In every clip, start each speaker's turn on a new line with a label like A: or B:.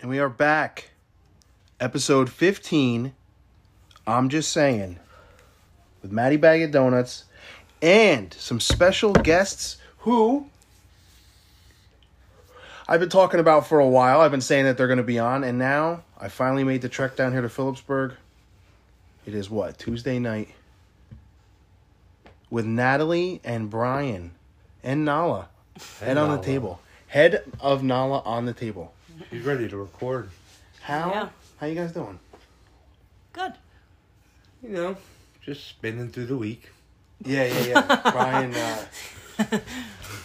A: And we are back. Episode 15. I'm just saying. With Maddie Bag of Donuts and some special guests who I've been talking about for a while. I've been saying that they're going to be on, and now I finally made the trek down here to Phillipsburg. It is what? Tuesday night with Natalie and Brian and Nala. Head on the
B: Nala.
A: table. Head of Nala on the table.
B: He's ready to record.
A: How
C: Yeah.
A: how you guys doing?
C: Good.
B: You know, just spinning through the week.
A: Yeah, yeah, yeah. Brian, uh, to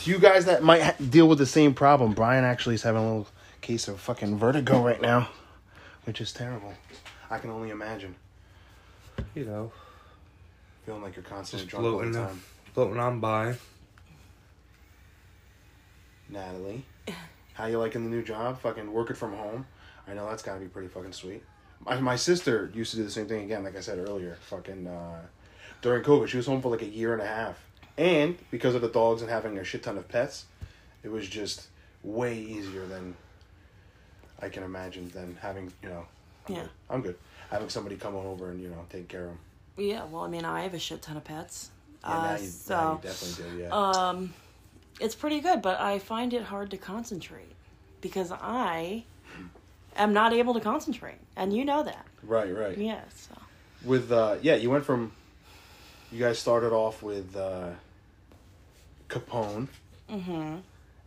A: you guys that might ha- deal with the same problem, Brian actually is having a little case of fucking vertigo right now, which is terrible. I can only imagine
B: You know,
A: feeling like you're constantly
B: just
A: drunk all
B: floating,
A: the
B: up,
A: time.
B: floating on by.
A: Natalie, how you liking the new job? Fucking working from home. I know that's gotta be pretty fucking sweet. My, my sister used to do the same thing again, like I said earlier. Fucking uh, during COVID, she was home for like a year and a half, and because of the dogs and having a shit ton of pets, it was just way easier than I can imagine than having you know. I'm
C: Yeah.
A: good. I'm good. Having somebody come on over and you know take care of them.
C: Yeah, well, I mean, I have a shit ton of pets.
A: Yeah, now
C: uh,
A: you- now you
C: so um,
A: definitely do. Yeah.
C: Uh, it's pretty good, but I find it hard to concentrate because I am not able to concentrate. And you know that.
A: right. Right.
C: Yeah, so.
A: with uh yeah you went from you guys started off with uh capone
C: Mm-hmm.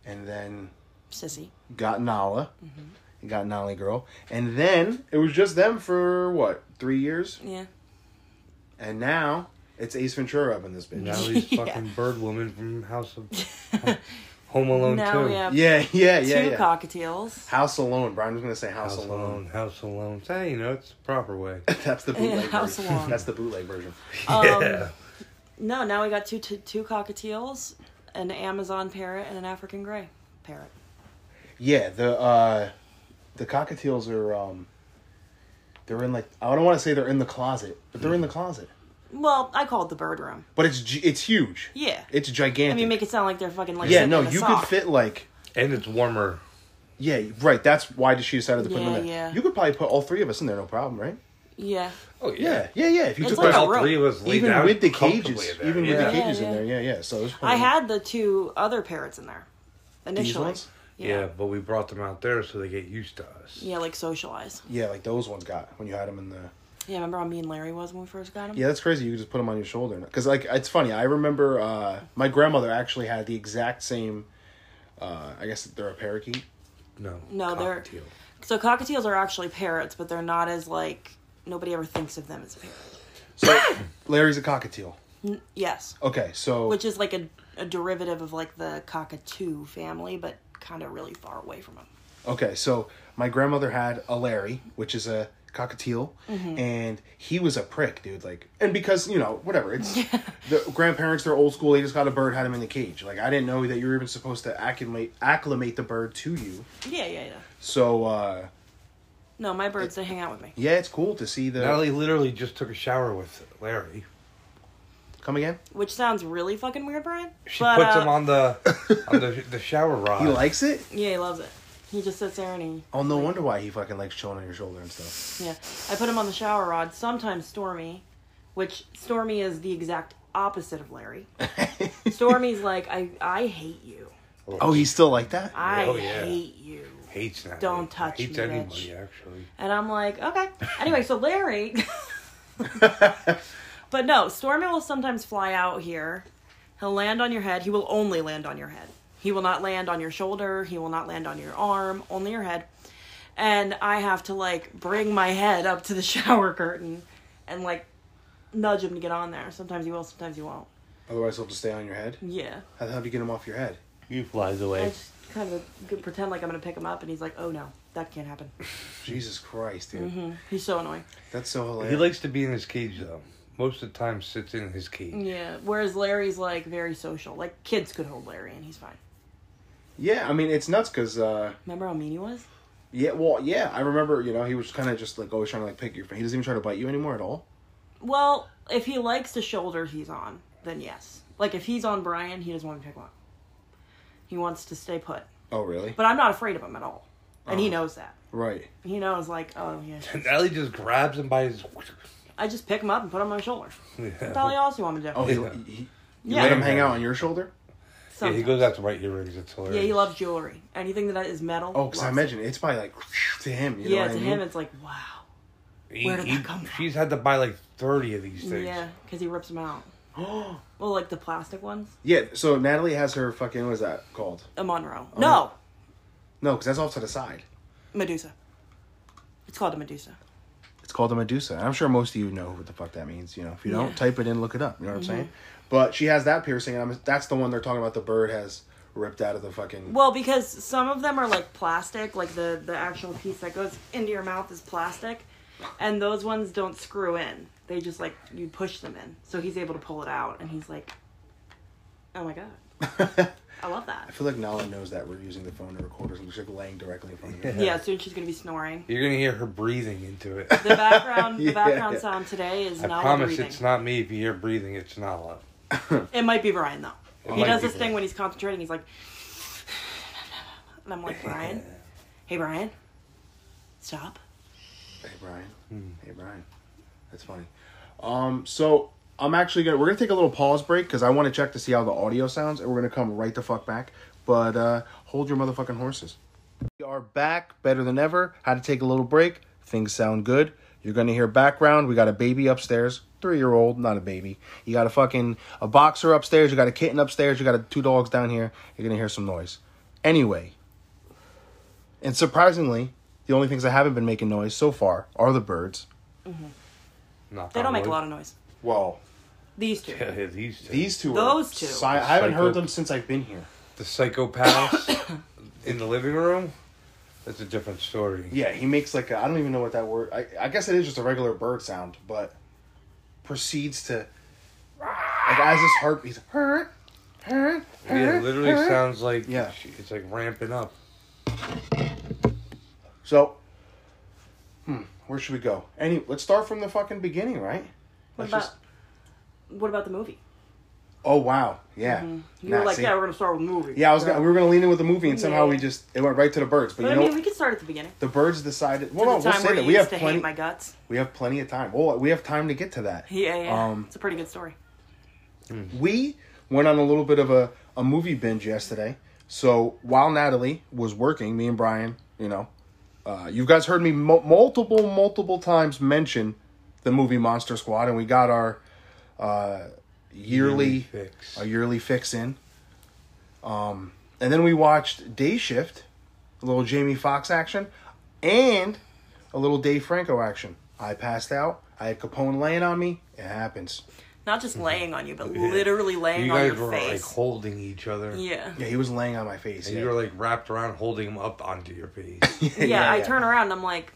A: and then
C: Sissy.
A: got nala
C: Mm-hmm.
A: and got nolly girl and then it was just them for what three years
C: Yeah.
A: and now it's ace ventura up in this bitch
B: Now he's
C: Yeah.
B: fucking bird woman from House of Home Alone
C: now
B: 2.
C: we have
A: yeah yeah yeah,
C: two
A: yeah.
C: cockatiels.
A: house alone brian was gonna say house,
B: House
A: alone,
B: Alone, House Alone. Say, you know, it's the proper way.
A: that's the bootleg
C: Yeah, House
A: version.
C: Alone.
A: that's the bootleg version
B: yeah.
C: No, now we got two, two, two cockatiels, an Amazon parrot, and an African gray parrot.
A: Yeah, the uh the cockatiels are um they're in like I don't want to say they're in the closet, but they're in the closet.
C: Well, I call it the bird room.
A: But it's gi- it's huge.
C: Yeah.
A: It's gigantic.
C: I mean, make it sound like they're fucking like
A: yeah,
C: sitting
A: no,
C: in a
A: you
C: sock.
A: could fit like
B: And it's warmer.
A: yeah, right. That's why she decided to put them
C: Yeah,
A: in there.
C: yeah.
A: You could probably put all three of us in there, no problem, right?
C: Yeah.
B: Oh,
A: Yeah, yeah, yeah. If you
C: It's
A: took
C: like
A: those,
C: a
B: all three of us lay
A: even
B: down
A: with the
B: comfortably
A: cages,
B: there,
A: even
B: yeah.
A: with the cages
C: Yeah,
A: in
C: yeah.
A: there, yeah, yeah. So there's
C: I
B: Um,
A: plenty.
C: had the two other parrots in there initially.
A: ones?
B: Yeah. but we brought them out there so they get used to us.
C: Yeah, like socialize.
A: yeah, like those ones got when you had them in the
C: Yeah, remember how me and Larry was when we first got him?
A: Yeah, that's crazy. You could just put them on your shoulder. Because, like, it's funny. I remember uh, my grandmother actually had the exact same, uh, I guess they're a parakeet.
B: No.
C: No, they're-
B: cockatiel.
C: So cockatiels are actually parrots, but they're not as like nobody ever thinks of them as a parrot.
A: So, Larry's a cockatiel.
C: Yes,
B: Oh.
A: Okay, so.
C: which is like a, a derivative of like the cockatoo family, but kind of really far away from them.
A: Okay, so my grandmother had a Larry, which is a cockatiel, and he was a prick, dude. Like, and because you know, whatever, it's the grandparents. They're old school. They just got a bird, had him in the cage. Like, I didn't know that you were even supposed to acclimate acclimate the bird to you.
C: Yeah, yeah, yeah.
A: So, uh,
C: No, my birds they hang out with me.
A: yeah, it's cool to see the
B: Natalie literally just took a shower with Larry.
A: come again.
C: Which sounds really fucking weird, Brian.
B: She puts
C: uh,
B: him on the on the, the shower rod.
A: He likes it.
C: Yeah, he loves it. He just sits there and he
A: Oh, no wonder why he fucking likes chilling on your shoulder and stuff.
C: Yeah, I put him on the shower rod. Sometimes Stormy, which Stormy is the exact opposite of Larry. Stormy's like, I, I hate you.
A: Oh, he's still like that?
C: I
B: Oh, yeah.
C: hate you.
B: hates Natalie.
C: Don't touch
B: hates
C: me,
B: anybody
C: bitch.
B: actually.
C: And I'm like, okay. Anyway, so Larry. but no, Stormy will sometimes fly out here. He'll land on your head. He will only land on your head. He will not land on your shoulder. He will not land on your arm, only your head. And I have to like bring my head up to the shower curtain and like nudge him to get on there. Sometimes he will, sometimes he won't.
A: Otherwise, he'll just stay on your head.
C: Yeah.
A: How the hell do you get him off your head?
B: He flies
C: I
B: away.
C: just kind of g- pretend like I'm going to pick him up and he's like, oh no, that can't happen.
A: Jesus Christ, dude.
C: He's so annoying.
A: That's so hilarious.
B: He likes to be in his cage though. Most of the time, sits in his cage.
C: Yeah. Whereas Larry's like very social. Like kids could hold Larry and he's fine.
A: yeah, I mean, it's nuts because, uh,
C: Remember how mean he was?
A: yeah, well, yeah, I remember, you know, he was kind of just like always trying to like pick your He doesn't even try to bite you anymore at all.
C: Well, if he likes the shoulder he's on, then yes. Like if he's on Brian, he doesn't want to pick one. He wants to stay put.
A: Oh, really?
C: But I'm not afraid of him at all. And
A: Uh-huh.
C: he knows that.
A: Right.
C: He knows like, oh yeah.
B: And Ellie just grabs him by his.
C: I just pick him up and put him on my shoulder. That's all
B: Yeah.
C: he else you want me to do.
A: Oh, he,
B: Yeah.
A: he, you
C: yeah.
A: let him hang out on your shoulder?
B: Yeah, he
C: Sometimes.
B: goes out to right earrings. It's hilarious.
C: Yeah, he loves jewelry. Anything that is metal.
A: Oh, because I
C: loves
A: imagine it's probably like to him. You
C: it.
A: know
C: yeah,
A: what
C: to
A: I mean?
C: him it's like wow.
B: He-
C: Where did
B: he-
C: that come from?
B: She's had to buy like thirty of these things.
C: Yeah, because he rips them out. well, like the plastic ones.
A: yeah, so Natalie has her fucking, what is that called?
C: A Monroe.
A: Oh,
C: No,
A: No, because that's off to the side.
C: Medusa. It's called a Medusa.
A: It's called a Medusa. I'm sure most of you know what the fuck that means. You know, if you don't,
C: Yeah.
A: type it in, look it up. You know what I'm saying? But she has that piercing, and I'm, that's the one they're talking about. The bird has ripped out of the fucking.
C: Well, because some of them are like plastic, like the the actual piece that goes into your mouth is plastic, and those ones don't screw in. They just like you push them in, so he's able to pull it out, and he's like, "Oh my god, I love that."
A: I feel like Nala knows that we're using the phone to record or something. She's like laying directly in front of her.
C: Yeah, soon she's gonna be snoring.
B: You're gonna hear her breathing into it.
C: The background, the
A: Yeah.
C: background sound today is
B: I
C: not
B: promise
C: breathing.
B: it's not me. If you hear breathing, it's not love.
C: It might be Brian though.
B: It
C: he
B: might
C: does
B: be
C: this
B: Brian.
C: thing when he's concentrating. He's like, and I'm like, Brian, hey Brian, stop.
A: Hey Brian. Hey Brian. That's funny. Um, so I'm actually gonna we're gonna take a little pause break because I want to check to see how the audio sounds, and we're gonna come right the fuck back. But uh, hold your motherfucking horses. We are back, better than ever. Had to take a little break. Things sound good. You're gonna hear background. We got a baby upstairs, three year old, not a baby. You got a fucking a boxer upstairs. You got a kitten upstairs. You got a, two dogs down here. You're gonna hear some noise. Anyway, and surprisingly, the only things that haven't been making noise so far are the birds.
B: Knock
C: They
B: on
C: don't make a
B: wood.
C: lot of noise.
A: Well,
C: These two.
B: Yeah, these two.
A: these two.
C: Those
A: are
C: two.
A: si- I haven't
B: Psycho-
A: heard them since I've been here.
B: the psychopaths in the living room. That's a different story.
A: Yeah, he makes like I I don't even know what that word. I, I guess it is just a regular bird sound, but proceeds to like as his heart he's hurt, hurt,
B: Yeah, it literally
A: hurt.
B: sounds like
A: Yeah.
B: she- it's like ramping up.
A: So, hmm, where should we go? Any? Let's start from the fucking beginning, right? Let's
C: What about
A: just-
C: what about the movie?
A: oh wow, yeah.
C: Mm-hmm. You
A: Nah,
C: were like,
A: see?
C: yeah, we're gonna start with the movie.
A: Yeah, I was. Gonna, we were gonna lean in with the movie, and somehow
C: Yeah.
A: we just it went right to the birds. But,
C: But
A: you
C: I
A: know,
C: mean, we could start at the beginning.
A: the birds decided. Well,
C: The
A: no, we'll
C: time
A: say
C: where
A: that
C: you
A: we have
C: used to
A: plenty.
C: hate my guts.
A: We have plenty of time. Well, we have time to get to that.
C: Yeah, yeah.
A: Um,
C: it's a pretty good story.
A: We went on a little bit of a, a movie binge yesterday. So while Natalie was working, me and Brian, you know, uh, you guys heard me mu- multiple, multiple times mention the movie Monster Squad, and we got our uh, yearly,
B: Yearly fix.
A: our yearly fix in. Um, and then we watched Day Shift, a little Jamie Foxx action, and a little Dave Franco action. I passed out. I had Capone laying on me. It happens.
C: Not just laying on you, but literally laying
B: you
C: on
B: guys
C: your
B: were like
C: face.
B: holding each other.
C: yeah.
A: Yeah, he was laying on my face.
B: And
A: yeah.
B: you were like wrapped around, holding him up onto your face.
C: yeah, I turn around and I'm like,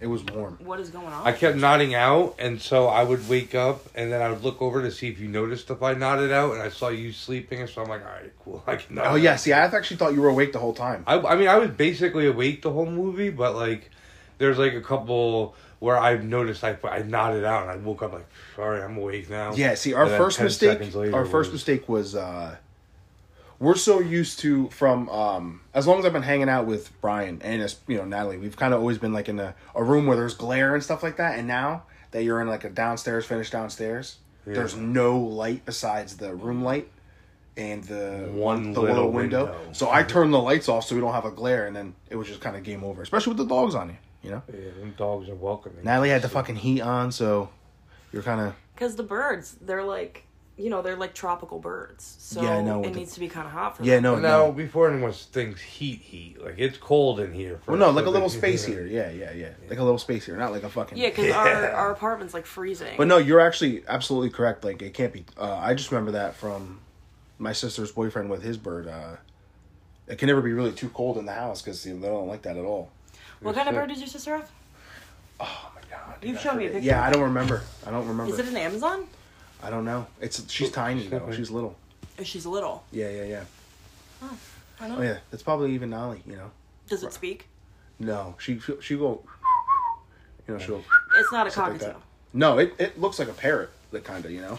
A: It was warm.
C: what is going on?
B: I kept nodding out, and so I would wake up, and then I would look over to see if you noticed if I nodded out, and I saw you sleeping, and so I'm like, all right, cool, I can nod
A: Oh
B: out."
A: yeah, see, I actually thought you were awake the whole time.
B: I, I mean, I was basically awake the whole movie, but like, there's like a couple where I've noticed I, I nodded out, and I woke up like, sorry, I'm awake now.
A: Yeah, see, our
B: And then
A: first
B: 10
A: mistake,
B: seconds later
A: our first
B: was-
A: mistake was uh we're so used to from um as long as I've been hanging out with Brian and as you know Natalie, we've kind of always been like in a, a room where there's glare and stuff like that, and now that you're in like a downstairs finish downstairs, there's no light besides the room light and the
B: One
A: the
B: little
A: little window.
B: window.
A: So I turned the lights off so we don't have a glare, and then it was just kind of game over, especially with the dogs on you. You know,
B: Yeah, them dogs are welcoming.
A: Natalie had the fucking heat on, so you're kind of
C: Because the birds, they're like, you know, they're like tropical birds. So
A: Yeah, I know
C: it
A: what the-
C: needs to be kind of hot for
A: yeah
C: them.
A: no
B: But
A: no.
B: now, before anyone thinks heat, heat, like it's cold in here. For
A: Well, no,
B: us,
A: like
B: so
A: a little
B: they-
A: space here. Yeah, yeah, yeah. Like a little space here, not like a fucking.
C: Yeah, because our, our apartment's like freezing.
A: But no, you're actually absolutely correct. Like it can't be. Uh, I just remember that from my sister's boyfriend with his bird. Uh, it can never be really too cold in the house because they don't like that at all.
C: what kind of
B: sir.
C: bird did your sister have?
A: Oh my god!
C: You've
A: I
C: shown me a
A: forget.
C: picture
A: Yeah,
C: of
A: I don't remember. I don't remember.
C: Is it an Amazon?
A: I don't know. It's Oh, she's tiny though.
B: Stephanie.
A: She's little.
C: Oh, She's little.
A: Yeah, yeah, yeah.
C: I
A: Oh
C: don't
A: yeah, it's probably even Nolly. You know.
C: Does it speak?
A: No, she she- she will. You know she'll.
C: It's not a
A: Something like
C: cockatoo.
A: that. No, it, it looks like a parrot. that kind of, you know?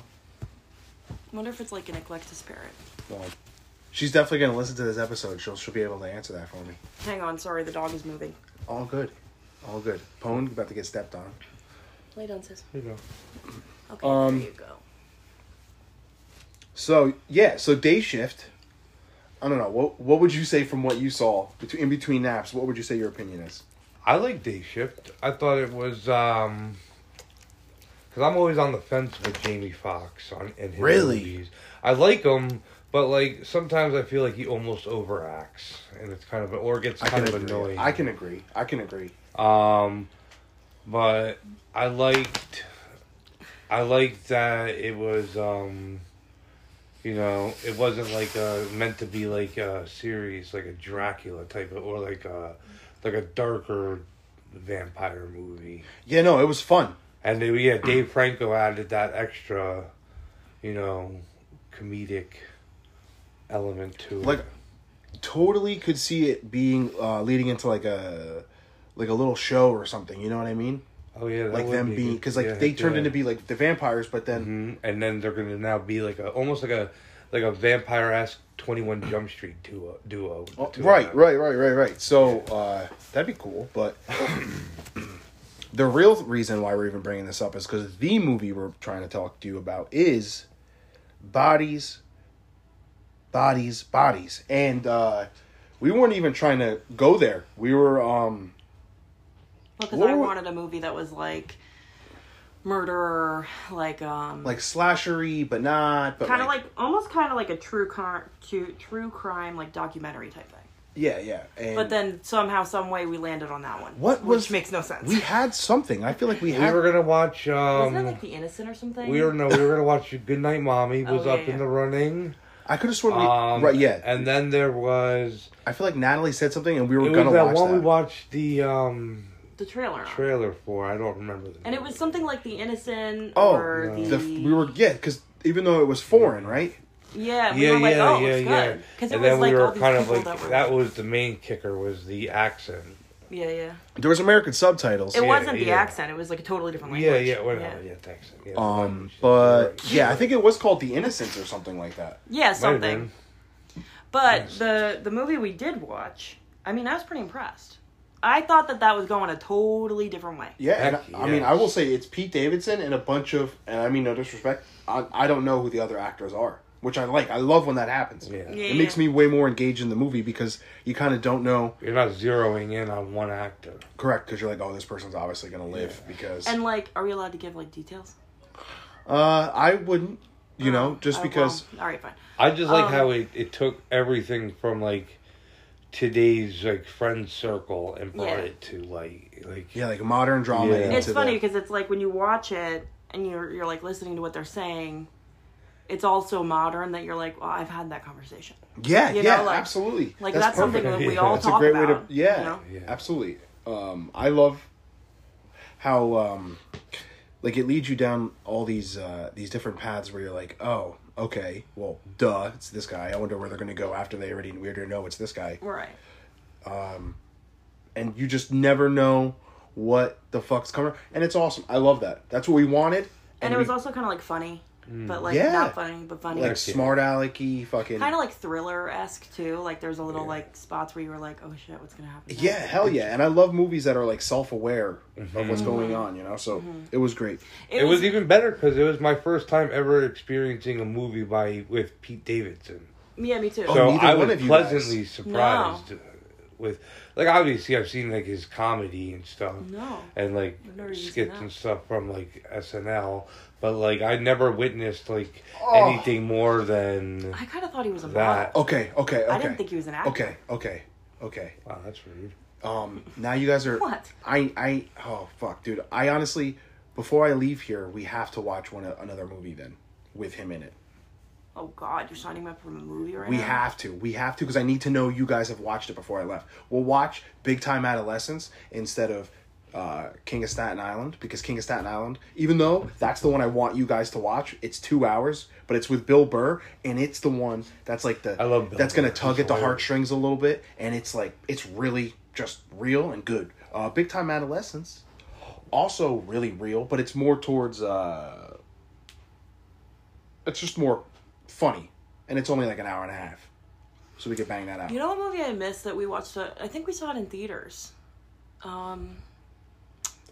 C: wonder if it's like an eclectus parrot.
A: Well, she's definitely going to listen to this episode. She'll, she'll be able to answer that for me.
C: Hang on, sorry, the dog is moving.
A: All good. All good. Pwn about to get stepped on.
C: Lay down, sis.
B: There you go.
C: Okay,
A: Um,
C: there you go.
A: So, yeah, so day shift. I don't know. What what would you say from what you saw between in between naps? What would you say your opinion is?
B: I like day shift. I thought it was um because I'm always on the fence with Jamie Foxx on and his
A: Really?
B: movies. I like him, but like sometimes I feel like he almost overacts, and it's kind of or gets
A: I
B: kind
A: can
B: of
A: agree.
B: annoying.
A: I can agree. I can agree.
B: Um, but I liked, I liked that it was, um, you know, it wasn't like a meant to be like a series, like a Dracula type of, or like a, like a darker vampire movie.
A: Yeah, no, it was fun.
B: And then, yeah, Dave Franco added that extra, you know, comedic element to it.
A: Like totally could see it being uh leading into like a like a little show or something, you know what I mean?
B: oh yeah, that
A: Like
B: would
A: them
B: be
A: being
B: good.
A: cuz like
B: Yeah,
A: they turned
B: yeah.
A: into be like the vampires but then
B: Mhm. and then they're gonna now be like a almost like a like a vampire esque Twenty One Jump Street duo duo.
A: Oh,
B: the two of
A: right,
B: them.
A: right, right, right, right. So uh, that'd be cool, but the real reason why we're even bringing this up is because the movie we're trying to talk to you about is bodies, bodies, bodies, and uh, we weren't even trying to go there. We were, um,
C: Because
A: what
C: I
A: were-
C: wanted a movie that was like murder, like um,
A: like slashery, but not, but
C: kind of like, almost kind of like a true car, true, true crime like documentary type thing.
A: yeah, yeah. And
C: But then somehow, some way, we landed on that one.
A: What
C: which
A: was-
C: makes no sense.
A: we had something. I feel like we
B: We
A: had.
B: were gonna watch.
C: Wasn't that
B: um
C: like the innocent or something?
B: We were no. We were gonna watch Good Night Mommy
C: Oh,
B: was
C: yeah,
B: up
C: yeah.
B: in the running.
A: I could have sworn we.
B: Um,
A: right, yeah.
B: And then there was.
A: I feel like Natalie said something, and we were
B: it
A: gonna
B: was that
A: watch
B: one
A: that.
B: we watched the um
C: the trailer. on.
B: trailer for. I don't remember. The
C: And it
B: name.
C: was something like the innocent
A: Oh,
C: or
B: no.
C: the,
A: The, we were yeah, because even though it was foreign, right?
C: yeah we
B: yeah,
C: were like
B: yeah,
C: oh
B: yeah,
C: it's
B: yeah.
C: good because it
B: and
C: was
B: then
C: like
B: we were
C: all these
B: kind of
C: people
B: like
C: that were
B: that was the main kicker was the accent.
C: yeah yeah
A: There was American subtitles.
C: it
B: Yeah,
C: wasn't the
B: yeah.
C: accent it was like a totally different language
B: Yeah, yeah, whatever. Yeah, thanks. Yeah, that's
A: um,
B: fine.
A: but
B: Right.
A: yeah, I think it was called The Innocents or something like that.
C: Yeah,
B: Might have
C: something
B: been.
C: but the the movie we did watch I mean I was pretty impressed I thought that that was going a totally different way
A: Yeah, and
B: Heck
A: I, I mean,
B: yes.
A: I will say it's Pete Davidson and a bunch of, and I mean no disrespect, I, I don't know who the other actors are, which I like. I love when that happens.
B: Yeah.
C: Yeah.
A: it makes me way more engaged in the movie because you kind of don't know
B: You're not zeroing in on one actor.
A: correct because you're like, oh, this person's obviously gonna live because
C: and like are we allowed to give like details
A: uh, I wouldn't, you know, just
C: Oh,
A: because
C: well, all right fine
B: I just like
C: Um,
B: how it, it took everything from like today's like friend circle and brought
C: Yeah.
B: it to like like
A: yeah, like modern drama.
B: Yeah.
A: into
C: it's funny
A: the-
C: because it's like when you watch it and you're you're like listening to what they're saying it's all so modern that you're like well I've had that conversation
A: Yeah,
C: You
A: yeah,
C: know, like-
A: absolutely.
C: Like that's, something
B: perfect.
C: that we
B: Yeah.
C: all
A: That's a
C: talk
A: great
C: about.
A: way to yeah,
C: you know?
B: Yeah.
A: absolutely. Um, I love how um, like it leads you down all these uh, these different paths where you're like, oh, okay, well, duh, it's this guy. I wonder where they're gonna go after they already we already know it's this guy,
C: Right.
A: and you just never know what the fuck's coming. And it's awesome. I love that. That's what we wanted.
C: And it was
A: we-
C: also kind of like funny, but like
A: Mm. Yeah.
C: not funny, but funny.
A: like
B: Okay.
A: smart alecky fucking.
C: kind of like thriller esque too. Like there's a little
B: Yeah.
C: like spots where you were like, oh shit, what's gonna happen? next?
A: yeah, hell yeah. And I love movies that are like self aware of what's going on, you know? So
C: Mm-hmm.
A: it was great.
C: It,
B: It was even better because it was my first time ever experiencing a movie by with Pete Davidson.
C: yeah, me too.
B: So
A: Oh, neither
B: I
A: one
B: was
A: of you
B: pleasantly surprised with, like, obviously I've seen like his comedy and stuff,
C: No.
B: and like
C: I've never even seen
B: skits
C: that.
B: and stuff from like SNL, but like I never witnessed like
A: Oh.
B: anything more than
C: I kind of thought he was a
B: that.
C: model.
A: Okay, okay, okay.
C: I didn't think he was an actor.
A: Okay, okay, okay.
B: Wow, that's rude.
A: Um, now you guys are.
C: What?
A: I I oh fuck, dude. I honestly, before I leave here, we have to watch one another movie then with him in it.
C: Oh god, you're signing me up for a movie right
A: We
C: now.
A: have to. We have to because I need to know you guys have watched it before I left. We'll watch Big Time Adolescence instead of uh, King of Staten Island because King of Staten Island, even though that's the one I want you guys to watch, it's two hours, but it's with Bill Burr and it's the one that's like the
B: I love Bill
A: that's gonna
B: Burr.
A: tug
B: He's
A: at the
B: hilarious.
A: heartstrings a little bit and it's like it's really just real and good. Uh, Big Time Adolescence also really real, but it's more towards uh, it's just more funny, and it's only like an hour and a half, so we could bang that out.
C: You know what movie I missed that we watched? uh, I think we saw it in theaters. Um,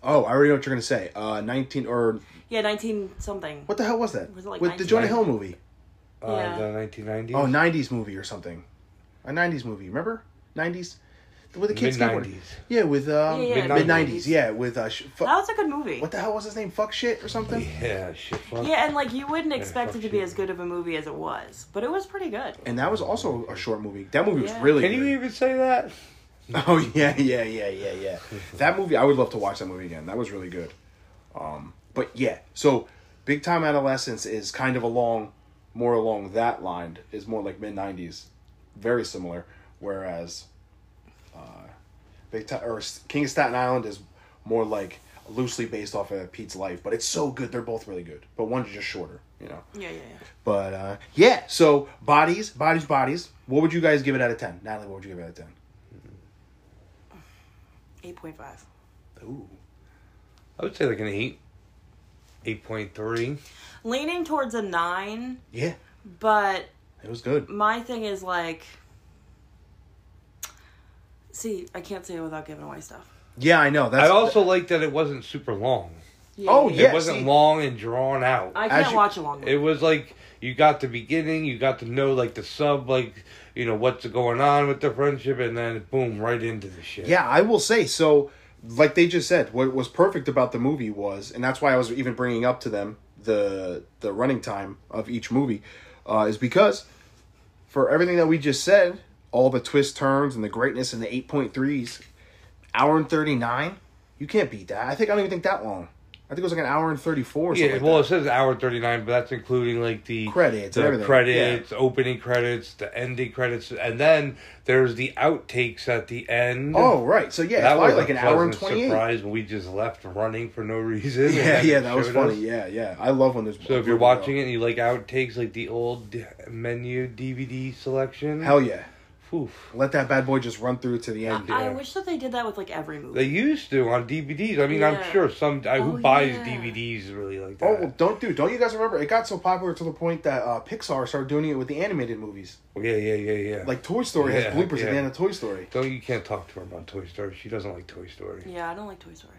A: oh, I already know what you're gonna say. Uh, nineteen or
C: yeah, nineteen something.
A: what the hell was that?
C: Was it like
A: With the
C: 19?
A: Jonah Hill movie?
B: Uh,
C: Yeah.
B: The 1990s.
A: Oh, 90s movie or something. A 90s movie, remember? 90s? With the kids skateboarding.
B: Mid-nineties.
A: Yeah, with um,
C: Yeah, yeah,
A: mid
B: 90s.
A: nineties. Yeah, with uh, sh- fu-
C: That was a good movie.
A: what the hell was his name? Fuck shit or something.
B: Yeah, shit. Fuck.
C: Yeah, and like you wouldn't expect
B: fuck
C: it to be
B: shit.
C: as good of a movie as it was, but it was pretty good.
A: And that was also a short movie. That movie was
C: Yeah.
A: really.
B: Can you
A: good.
B: even say that?
A: Oh yeah, yeah, yeah, yeah, yeah. that movie, I would love to watch that movie again. That was really good. Um, but yeah, so Big Time Adolescence is kind of along, more along that line. Is more like mid '90s, very similar. Whereas, uh, Big Time or S- King of Staten Island is more like loosely based off of Pete's life, but it's so good. They're both really good, but one's just shorter, you know.
C: Yeah, yeah, yeah.
A: But uh, yeah, so bodies, bodies, bodies. What would you guys give it out of ten, Natalie? What would you give it out of ten?
C: Eight point five.
A: Ooh.
B: I would say like an eight, eight point three.
C: Leaning towards a nine,
A: Yeah,
C: but
A: it was good.
C: my thing is like, see, I can't say it without giving away stuff.
A: Yeah, I know. That's
B: I also like that it wasn't super long.
C: Yeah,
A: Oh,
C: yeah.
A: yeah.
B: it wasn't
A: see-
B: long and drawn out.
C: I
A: As
C: can't
A: you-
C: watch a long movie.
B: It was like you got the beginning, you got to know like the sub, like you know what's going on with the friendship, and then boom, right into the shit.
A: Yeah, I will say so. Like they just said, what was perfect about the movie was, and that's why I was even bringing up to them the the running time of each movie, uh, is because for everything that we just said, all the twist turns and the greatness and the eight point threes, hour and thirty nine, you can't beat that. I think I don't even think that long. I think it was like an hour and thirty four.
B: Yeah,
A: Yeah, like
B: well,
A: that.
B: it says hour thirty nine, but that's including like the
A: Credits and
B: the
A: everything,
B: credits, opening credits, the ending credits, and then there's the outtakes at the end.
A: Oh right, so yeah, it's probably like an hour and
B: pleasant
A: twenty eight.
B: Surprise when we just left running for no reason. and
A: Yeah,
B: then
A: yeah,
B: it
A: that was
B: showed
A: funny.
B: us.
A: Yeah, yeah, I love when there's.
B: So if you're watching it and you like outtakes, like the old d- menu DVD selection,
A: hell yeah.
B: Oof.
A: Let that bad boy just run through to the end.
C: I
B: yeah.
C: wish that they did that with like every movie.
B: They used to on DVDs. I mean,
C: Yeah.
B: I'm sure some I, who
C: Oh,
B: buys
C: yeah.
B: DVDs really like that.
A: Oh, well, don't do. Don't you guys remember? It got so popular to the point that uh, Pixar started doing it with the animated movies.
B: yeah, yeah, yeah, yeah.
A: Like Toy Story
B: Yeah,
A: has bloopers at
B: yeah.
A: the end of Toy Story.
B: don't you can't talk to her about Toy Story. She doesn't like Toy Story.
C: yeah, I don't like Toy Story.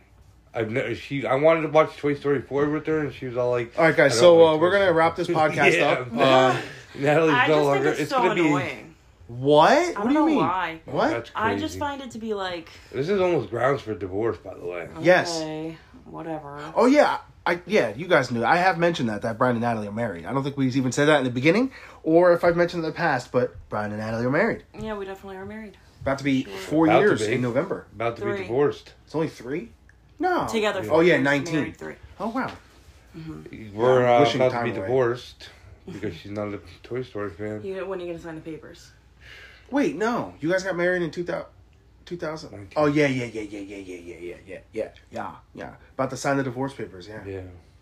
B: I've never. She. I wanted to watch Toy Story four with her, and she was all like,
A: All right, guys.
B: I don't
A: So
B: like
A: uh, we're
B: Toy
A: gonna
B: Story.
A: wrap this podcast
B: Yeah.
A: up. Uh,
B: Natalie's
C: I
B: no
C: just
B: longer.
C: think it's, so
B: gonna
C: annoying.
A: what?
C: I
A: What
C: don't
A: do you
C: know
A: mean?
C: why.
A: What?
B: That's
C: I just
B: crazy.
C: find it to be like
B: be. This is almost grounds for divorce, by the way.
A: Yes.
C: okay, whatever.
A: Oh yeah, I yeah. You guys knew. I have mentioned that that Brian and Natalie are married. I don't think we even said that in the beginning, or if I've mentioned it in the past. But Brian and Natalie are married.
C: Yeah, we definitely are married.
A: About to be four
B: About to
A: years
B: be.
A: in November.
B: About to
C: Three.
B: be divorced.
A: It's only three. No.
C: Together.
A: Oh
C: four
A: yeah,
C: years,
A: nineteen.
C: married Three.
A: Oh wow.
B: We're
A: I'm
B: uh,
A: wishing
B: about to
A: time
B: be
A: away.
B: divorced because she's not a Toy Story fan.
C: You, when are you gonna sign the papers?
A: Wait, no. You guys got married in 2000. 2000. Oh, yeah, yeah, yeah, yeah, yeah, yeah, yeah, yeah, yeah, yeah, yeah, yeah. About to sign the divorce papers, yeah.
B: Yeah.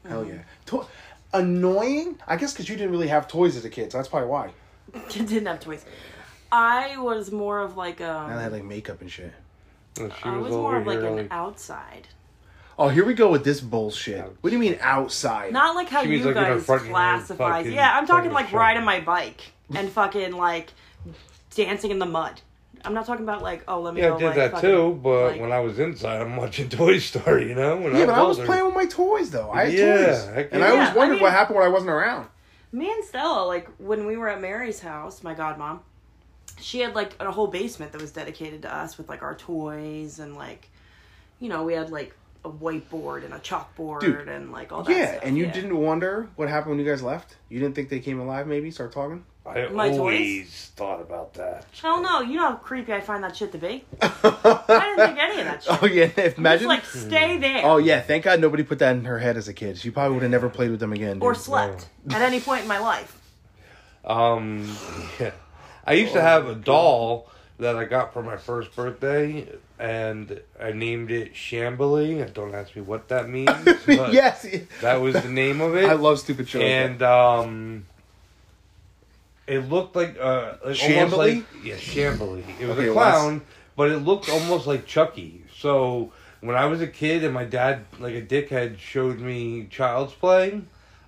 A: Hell yeah. To- annoying? I guess because you didn't really have toys as a kid, so that's probably why.
C: Didn't have toys. I was more of like um,
A: And I
C: a.
A: had like makeup and shit.
B: No, she
C: I was
B: over
C: more of like
B: here,
C: an outside.
A: Oh, here we go with this bullshit. What do you mean outside?
C: Not like how
B: She means
C: you
B: like in a
C: guys
B: front yard
C: classify.
B: fucking-
C: Yeah, I'm talking
B: fucking
C: like
B: shit.
C: riding my bike and fucking like dancing in the mud. I'm not talking about like oh let me.
B: Yeah,
C: go,
B: I did
C: like,
B: that
C: fucking,
B: too, but
C: like-
B: when I was inside, I'm watching Toy Story, you know? When
A: yeah, but I was
B: older.
A: playing with my toys, though. I had
B: Yeah,
A: toys.
B: heck
A: And
B: yeah.
A: I always
C: Yeah, I
A: wondered
C: mean-
A: what happened when I wasn't around.
C: Me and Stella, like when we were at Mary's house, my godmom, she had like a whole basement that was dedicated to us with like our toys and like, you know, we had like a whiteboard and a chalkboard
A: Dude.
C: and like all that.
A: Yeah,
C: stuff,
A: and you
C: yeah.
A: didn't wonder what happened when you guys left? You didn't think they came alive, maybe? Start talking?
B: I
C: My toys?
B: always thought about that.
C: Hell no! You know how creepy I find that shit to be. I didn't think any of that shit.
A: Oh, yeah. Imagine.
C: Just like stay there
A: Oh yeah, thank God nobody put that in her head as a kid. She probably would have never played with them again. Dude.
C: or slept at any point in my life.
B: Um, yeah. I used to have a doll that I got for my first birthday, and I named it Shambly. Don't ask me what that means. But
A: yes,
B: That was the name of it.
A: I love stupid shows.
B: and um it looked like uh like almost
A: Shambly?
B: like yeah shambly it was
A: Okay,
B: a
A: well, that's-
B: clown but it looked almost like chucky so when i was a kid and my dad like a dickhead showed me child's play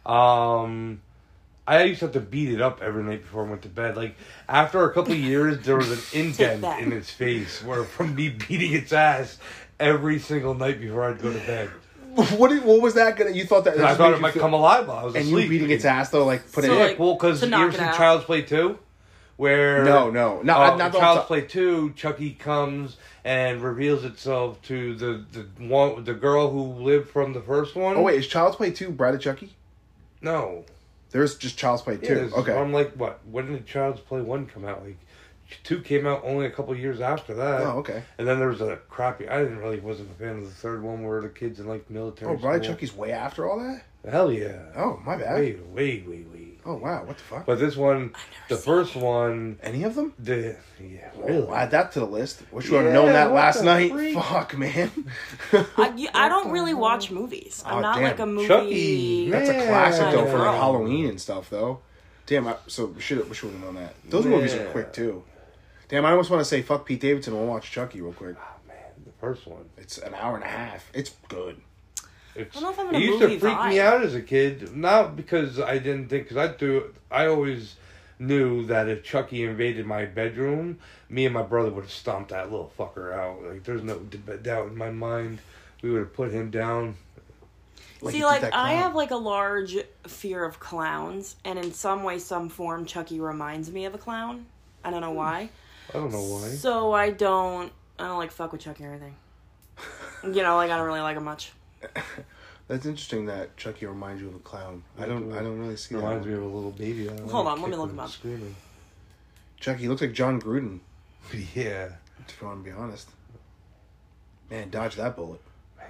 B: um I used to have to beat it up every night before I went to bed. Like after a couple of years, there was an indent
C: that.
B: in its face where from me beating its ass every single night before I'd go to bed.
A: what did- what was that gonna? You thought that?
B: And I
A: just
B: thought
A: made
B: it
A: you
B: might
A: feel-
B: come alive while I was
A: And
B: asleep.
A: you beating its ass though, like put
C: So,
A: it.
B: Yeah,
C: like,
B: well, because
C: to
B: you
C: knock
B: ever
C: it
B: seen
C: out.
B: Child's Play two, where
A: No, no. No,
B: uh,
A: I- not
B: in
A: the-
B: Child's Play two. Chucky comes and reveals itself to the the one the girl who lived from the first one.
A: oh wait, is Child's Play two Bride of Chucky?
B: no,
A: There's just Child's Play
B: Yeah,
A: two.
B: this is-
A: Okay.
B: I'm like, what? When did Child's Play one come out? Like, two came out only a couple years after that.
A: oh okay.
B: And then there was a crappy. I didn't really wasn't a fan of the third one where the kids in like military.
A: Oh, Bride of
B: school.
A: Chucky's way after all that.
B: Hell yeah.
A: Oh my bad.
B: Way, way, way, way.
A: Oh wow, what the fuck?
B: But this one, the first one,
A: Any of them?
B: the yeah, really.
A: Really? add that to the list. Wish you would have
B: Yeah,
A: known that
B: what
A: last
B: the
A: night.
B: freak?
A: Fuck, man.
C: I, you- I don't really watch movies. I'm
A: Aw,
C: not
A: Oh, damn.
C: like a movie.
B: Chucky,
A: That's a
B: Yeah.
A: classic though for like
C: Yeah.
A: Halloween and stuff though. Damn, I, so we should we should have known that. Those movies are
B: Yeah.
A: quick too. Damn, I almost want to say fuck Pete Davidson. We'll watch Chucky real quick.
B: Oh, man, the first one.
A: It's an hour and a half. It's good.
B: It's,
C: I don't know if I'm in
B: it
C: a
B: used
C: movie
B: to freak me
C: vibe.
B: out as a kid, not because I didn't think, because I do. I always knew that if Chucky invaded my bedroom, me and my brother would have stomped that little fucker out. Like, there's no d- doubt in my mind. We would have put him down.
A: he
C: See,
A: did
C: like
A: that
C: I
A: clown.
C: have like a large fear of clowns, and in some way, some form, Chucky reminds me of a clown. I don't know why.
B: I don't know why.
C: So I don't, I don't like fuck with Chucky or anything. You know, like I don't really like him much.
A: That's interesting that Chucky reminds you of a clown. I don't I don't really see
B: Reminds
A: that.
B: me of a little baby. I don't
C: Hold
B: know,
C: on, let me
B: kicking
C: look
B: and
C: him up.
B: Screaming.
A: Chucky looks like John Gruden.
B: yeah,
A: If you want to be honest, man, dodge that bullet.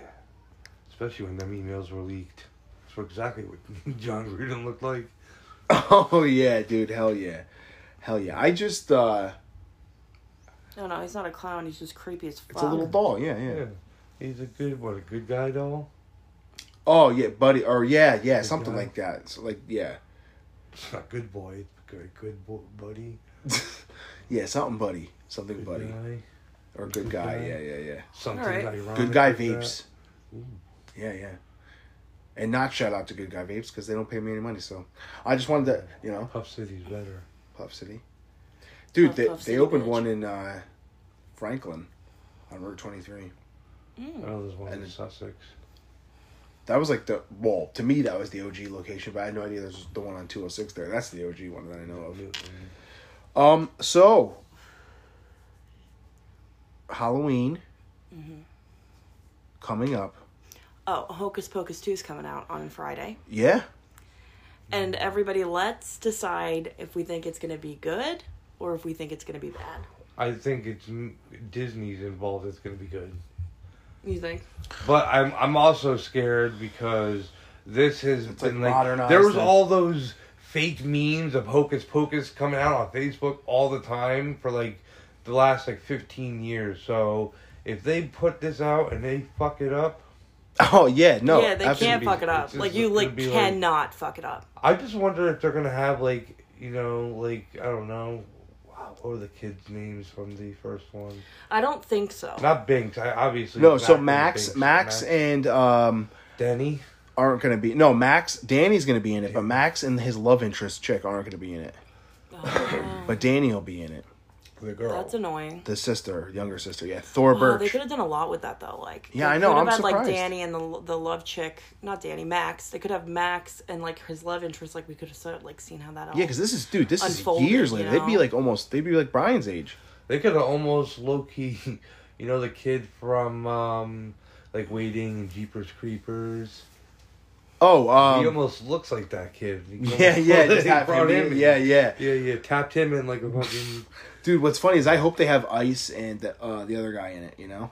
B: especially when them emails were leaked. That's what- exactly what John Gruden looked like.
A: Oh yeah, dude, hell yeah, hell yeah. I just uh,
C: No, no, he's not a clown. He's just creepy as fuck.
A: it's a little doll. Yeah, yeah.
B: Yeah, he's a good what a good guy doll.
A: Oh yeah, buddy. Or yeah, yeah,
B: Good
A: something
B: guy.
A: like that. So, like yeah,
B: It's not good boy. Good, good bo- buddy.
A: yeah, something, buddy, something,
B: Good
A: buddy,
B: guy.
A: or good,
B: Good
A: guy.
B: guy.
A: Yeah, yeah, yeah.
B: Something
C: Alright.
B: ironic.
A: Good guy
B: like that.
A: vapes.
B: Ooh.
A: Yeah, yeah. And not shout out to good guy vapes because they don't pay me any money. So I just wanted to, you know,
B: Puff City's better.
A: Puff City. Dude,
C: Puff
A: they
C: Puff
A: they
C: City,
A: opened
C: bitch.
A: one in uh, Franklin on Route Twenty Three.
C: Hmm.
B: I know there's one
A: And
B: in
A: it-
B: Sussex.
A: That was like the well to me that was the OG location, but I had no idea there's the one on two hundred six there. That's the OG one that I know of. Um, so Halloween coming up.
C: Oh, Hocus Pocus 2 is coming out on Friday.
A: Yeah,
C: And everybody, let's decide if we think it's going to be good or if we think it's going to be bad.
B: I think it's m- Disney's involved. It's gonna be good.
C: You think?
B: But I'm I'm also scared because this has
A: It's, like,
B: been like,
A: modernized
B: there was
A: and-
B: all those fake memes of Hocus Pocus coming out on Facebook all the time for like the last like 15 years. So if they put this out and they fuck it up,
A: Oh yeah, no.
C: yeah, they
A: absolutely.
C: can't fuck it up.
B: It's just
C: Like, you,
B: gonna
C: like,
B: be like-
C: cannot fuck it up.
B: I just wonder if they're gonna have like you know like I don't know. wow, What were the kids' names from the first one?
C: I don't think so.
B: Not Binks, I obviously.
A: No, so
B: and
A: Max,
B: Binks.
A: Max, and um
B: Denny.
A: aren't gonna be. No, Max, Danny's gonna be in it, but Max and his love interest chick aren't gonna be in it.
C: Oh,
A: But Danny will be in it.
B: The girl.
C: that's annoying.
A: The sister, younger sister, yeah, Thor
C: Wow, Oh, they
A: Birch.
C: could have done a lot with that, though. Like,
A: Yeah,
C: they
A: I know,
C: could have
A: I'm
C: had, like,
A: surprised.
C: Danny and the, the love chick. Not Danny, Max. They could have Max and, like, his love interest. Like, we could have, sort of, like, seen how that all.
A: yeah, because this is dude. This
C: Unfolded,
A: is years
C: you
A: later. They'd be
C: know?
A: like almost. They'd be like Brian's age.
B: They could have almost low key, you know, the kid from um, like Waiting and Jeepers Creepers.
A: Oh,
B: he
A: um,
B: almost looks like that kid. He
A: yeah,
B: almost-
A: yeah,
B: they
A: just have
B: brought
A: him
B: him
A: in.
B: in.
A: yeah, yeah,
B: yeah, yeah. Tapped him in like a fucking.
A: dude. What's funny is I hope they have Ice and uh, the other guy in it. You know.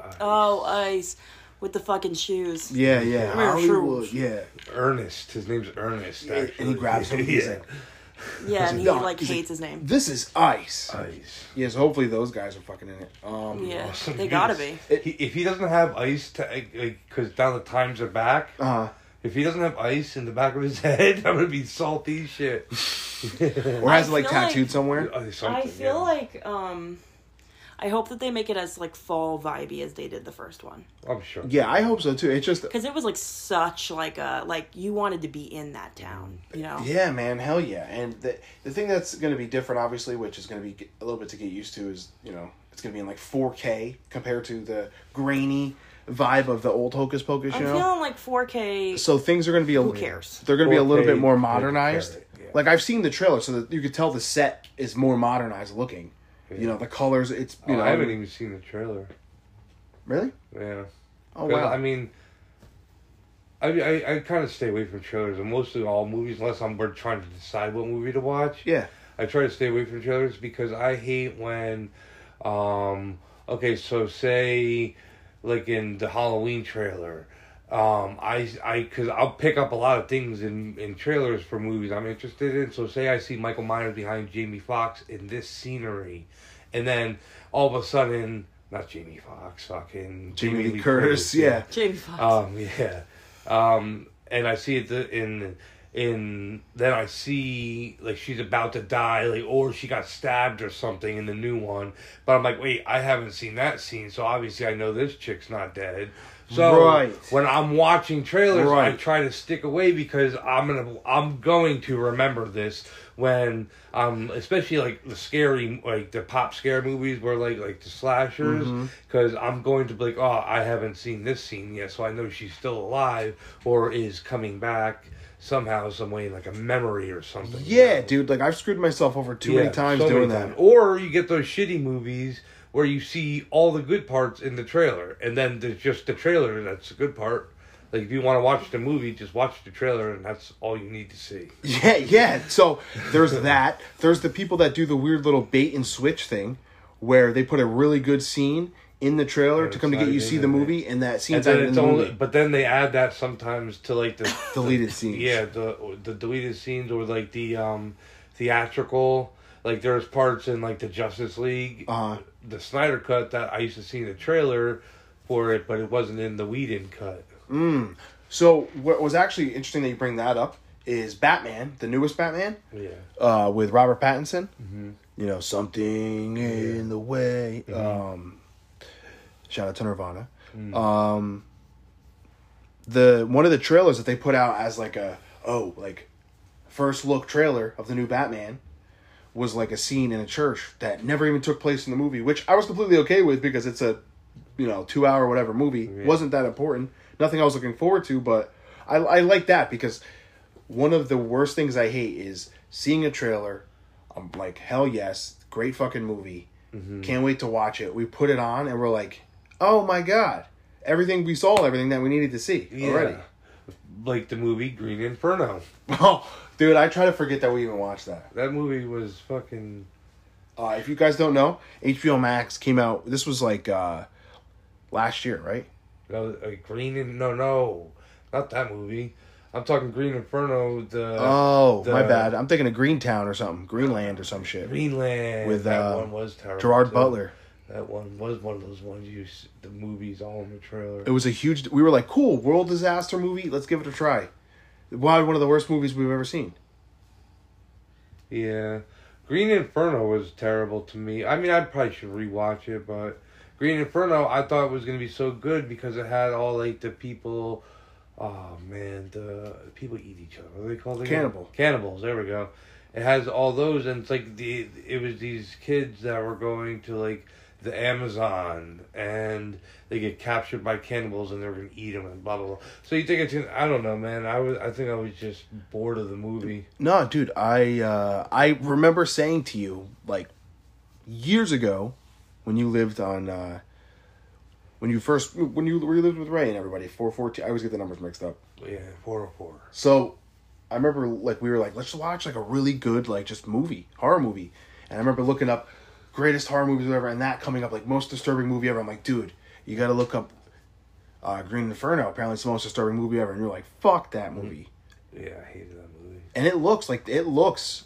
B: uh,
C: Oh, Ice. With the fucking shoes.
A: Yeah, yeah,
C: Come here,
A: Hollywood.
C: Shrews.
A: Yeah,
B: Ernest. His name's Ernest.
A: Yeah, and he
B: Actually.
A: grabs him, he's like-
C: Yeah, and he,
A: No,
C: like,
A: he's
C: hates his name.
A: this is Ice.
B: Ice.
A: Yes, hopefully those guys are fucking in it. Um,
C: Yeah,
B: Awesome.
C: they
B: He
C: gotta
B: was-
C: be.
B: He, if he doesn't have ice, to, like, because now the times are back.
A: Uh,
B: If he doesn't have ice in the back of his head, I'm gonna be salty as shit.
A: or has it like
C: feel like-
A: tattooed somewhere?
B: I
C: I feel like um I hope that they make it as like fall vibey as they did the first one
B: I'm sure.
A: Yeah, I hope so too. It's just
C: because it was like such like a like you wanted to be in that town, you know.
A: Yeah, man, hell yeah! And the the thing that's going to be different, obviously, which is going to be a little bit to get used to, is you know it's going to be in like 4K compared to the grainy vibe of the old Hocus Pocus, you
C: I'm
A: know.
C: feeling like 4K.
A: so things are going to be a who
C: cares?
A: They're going to be a little
B: 4K,
A: bit more
B: good
A: modernized.
B: carrot, yeah.
A: Like I've seen the trailer, so that you could tell the set is more modernized looking. You know the colors. It's you
B: Oh,
A: know
B: I haven't even seen the trailer.
A: really.
B: Yeah.
A: Oh
B: 'Cause,
A: wow!
B: I mean, I I, I kind of stay away from trailers, and mostly all movies, unless I'm we're trying to decide what movie to watch.
A: yeah,
B: I try to stay away from trailers because I hate when, um, okay, so say, like in the Halloween trailer, um, I I because I'll pick up a lot of things in in trailers for movies I'm interested in. So say I see Michael Myers behind Jamie Foxx in this scenery, and then all of a sudden, not Jamie Foxx, fucking
A: Jamie Lee Curtis. Yeah,
C: Jamie Foxx.
A: uh,
B: um, yeah. Um, and I see it the, in in then I see like she's about to die, like or she got stabbed or something in the new one. But I'm like, wait, I haven't seen that scene, so obviously I know this chick's not dead. So
A: Right.
B: when I'm watching trailers, I
A: Right.
B: try to stick away because I'm gonna I'm going to remember this when um especially like the scary like the pop scare movies where like like the slashers
A: Mm-hmm.
B: because I'm going to be like oh I haven't seen this scene yet so I know she's still alive or is coming back somehow some way like a memory or something
A: yeah, dude. Like I've screwed myself over too many
B: Yeah,
A: times
B: so many
A: doing
B: times.
A: that.
B: Or you get those shitty movies where you see all the good parts in the trailer, and then there's just the trailer that's the good part. Like if you want to watch the movie, just watch the trailer, and that's all you need to see.
A: Yeah, yeah. So there's that. There's the people that do the weird little bait and switch thing where they put a really good scene in the trailer to
B: it's
A: come to
B: not
A: get you
B: even
A: see
B: in
A: the
B: there.
A: movie and that
B: And
A: scene's not
B: then
A: in
B: it's
A: the
B: only,
A: movie.
B: but then they add that sometimes to like the
A: Deleted scenes.
B: Yeah, the the deleted scenes or like the um theatrical. Like there's parts in like the Justice League,
A: Uh-huh.
B: the Snyder cut that I used to see in the trailer for it, but it wasn't in the Whedon cut.
A: So what was actually interesting that you bring that up is Batman, the newest Batman,
B: Yeah,
A: uh, with Robert Pattinson. You know, something in the way. Um, shout out to Nirvana. Um, the one of the trailers that they put out as like a oh like first look trailer of the new Batman was like a scene in a church that never even took place in the movie, which I was completely okay with because it's a you know two hour whatever movie wasn't that important. Nothing I was looking forward to, but I I like that because one of the worst things I hate is seeing a trailer. I'm like, hell yes, great fucking movie. Can't wait to watch it. We put it on and we're like, oh my god, everything we saw, everything that we needed to see already.
B: Yeah. like the movie Green Inferno.
A: Oh, dude, I try to forget that we even watched that.
B: That movie was fucking.
A: Uh, if you guys don't know, HBO Max came out. This was like uh, last year, right?
B: That was uh, Green in no no, not that movie. I'm talking Green Inferno. The
A: oh,
B: the-
A: my bad. I'm thinking of Greentown or something, Greenland or some shit.
B: Greenland.
A: With,
B: that
A: uh,
B: one was terrible.
A: Gerard
B: too.
A: Butler.
B: That one was one of those ones you s- the movies all in the trailer.
A: It was a huge. We were like, cool, world disaster movie. Let's give it a try. Why one of the worst movies we've ever seen?
B: Yeah, Green Inferno was terrible to me. I mean, I probably should rewatch it, but Green Inferno I thought was gonna be so good because it had all like the people. Oh man, the people eat each other. What are they called? again?
A: Cannibal.
B: Cannibals. There we go. It has all those, and it's like the it was these kids that were going to like the Amazon, and they get captured by cannibals, and they're gonna eat them, and blah blah blah. So you think it's gonna? I don't know, man. I was I think I was just bored of the movie.
A: No, dude, I uh, I remember saying to you like years ago when you lived on uh, when you first when you, when you lived with Ray and everybody four fourteen. I always get the numbers mixed up.
B: Yeah, four oh four.
A: So I remember like we were like, let's watch like a really good like just movie, horror movie. And I remember looking up greatest horror movies ever and that coming up like most disturbing movie ever. I'm like, dude, you gotta look up uh, Green Inferno. Apparently it's the most disturbing movie ever and you're like, fuck that movie.
B: Yeah, I hated that movie.
A: And it looks like it looks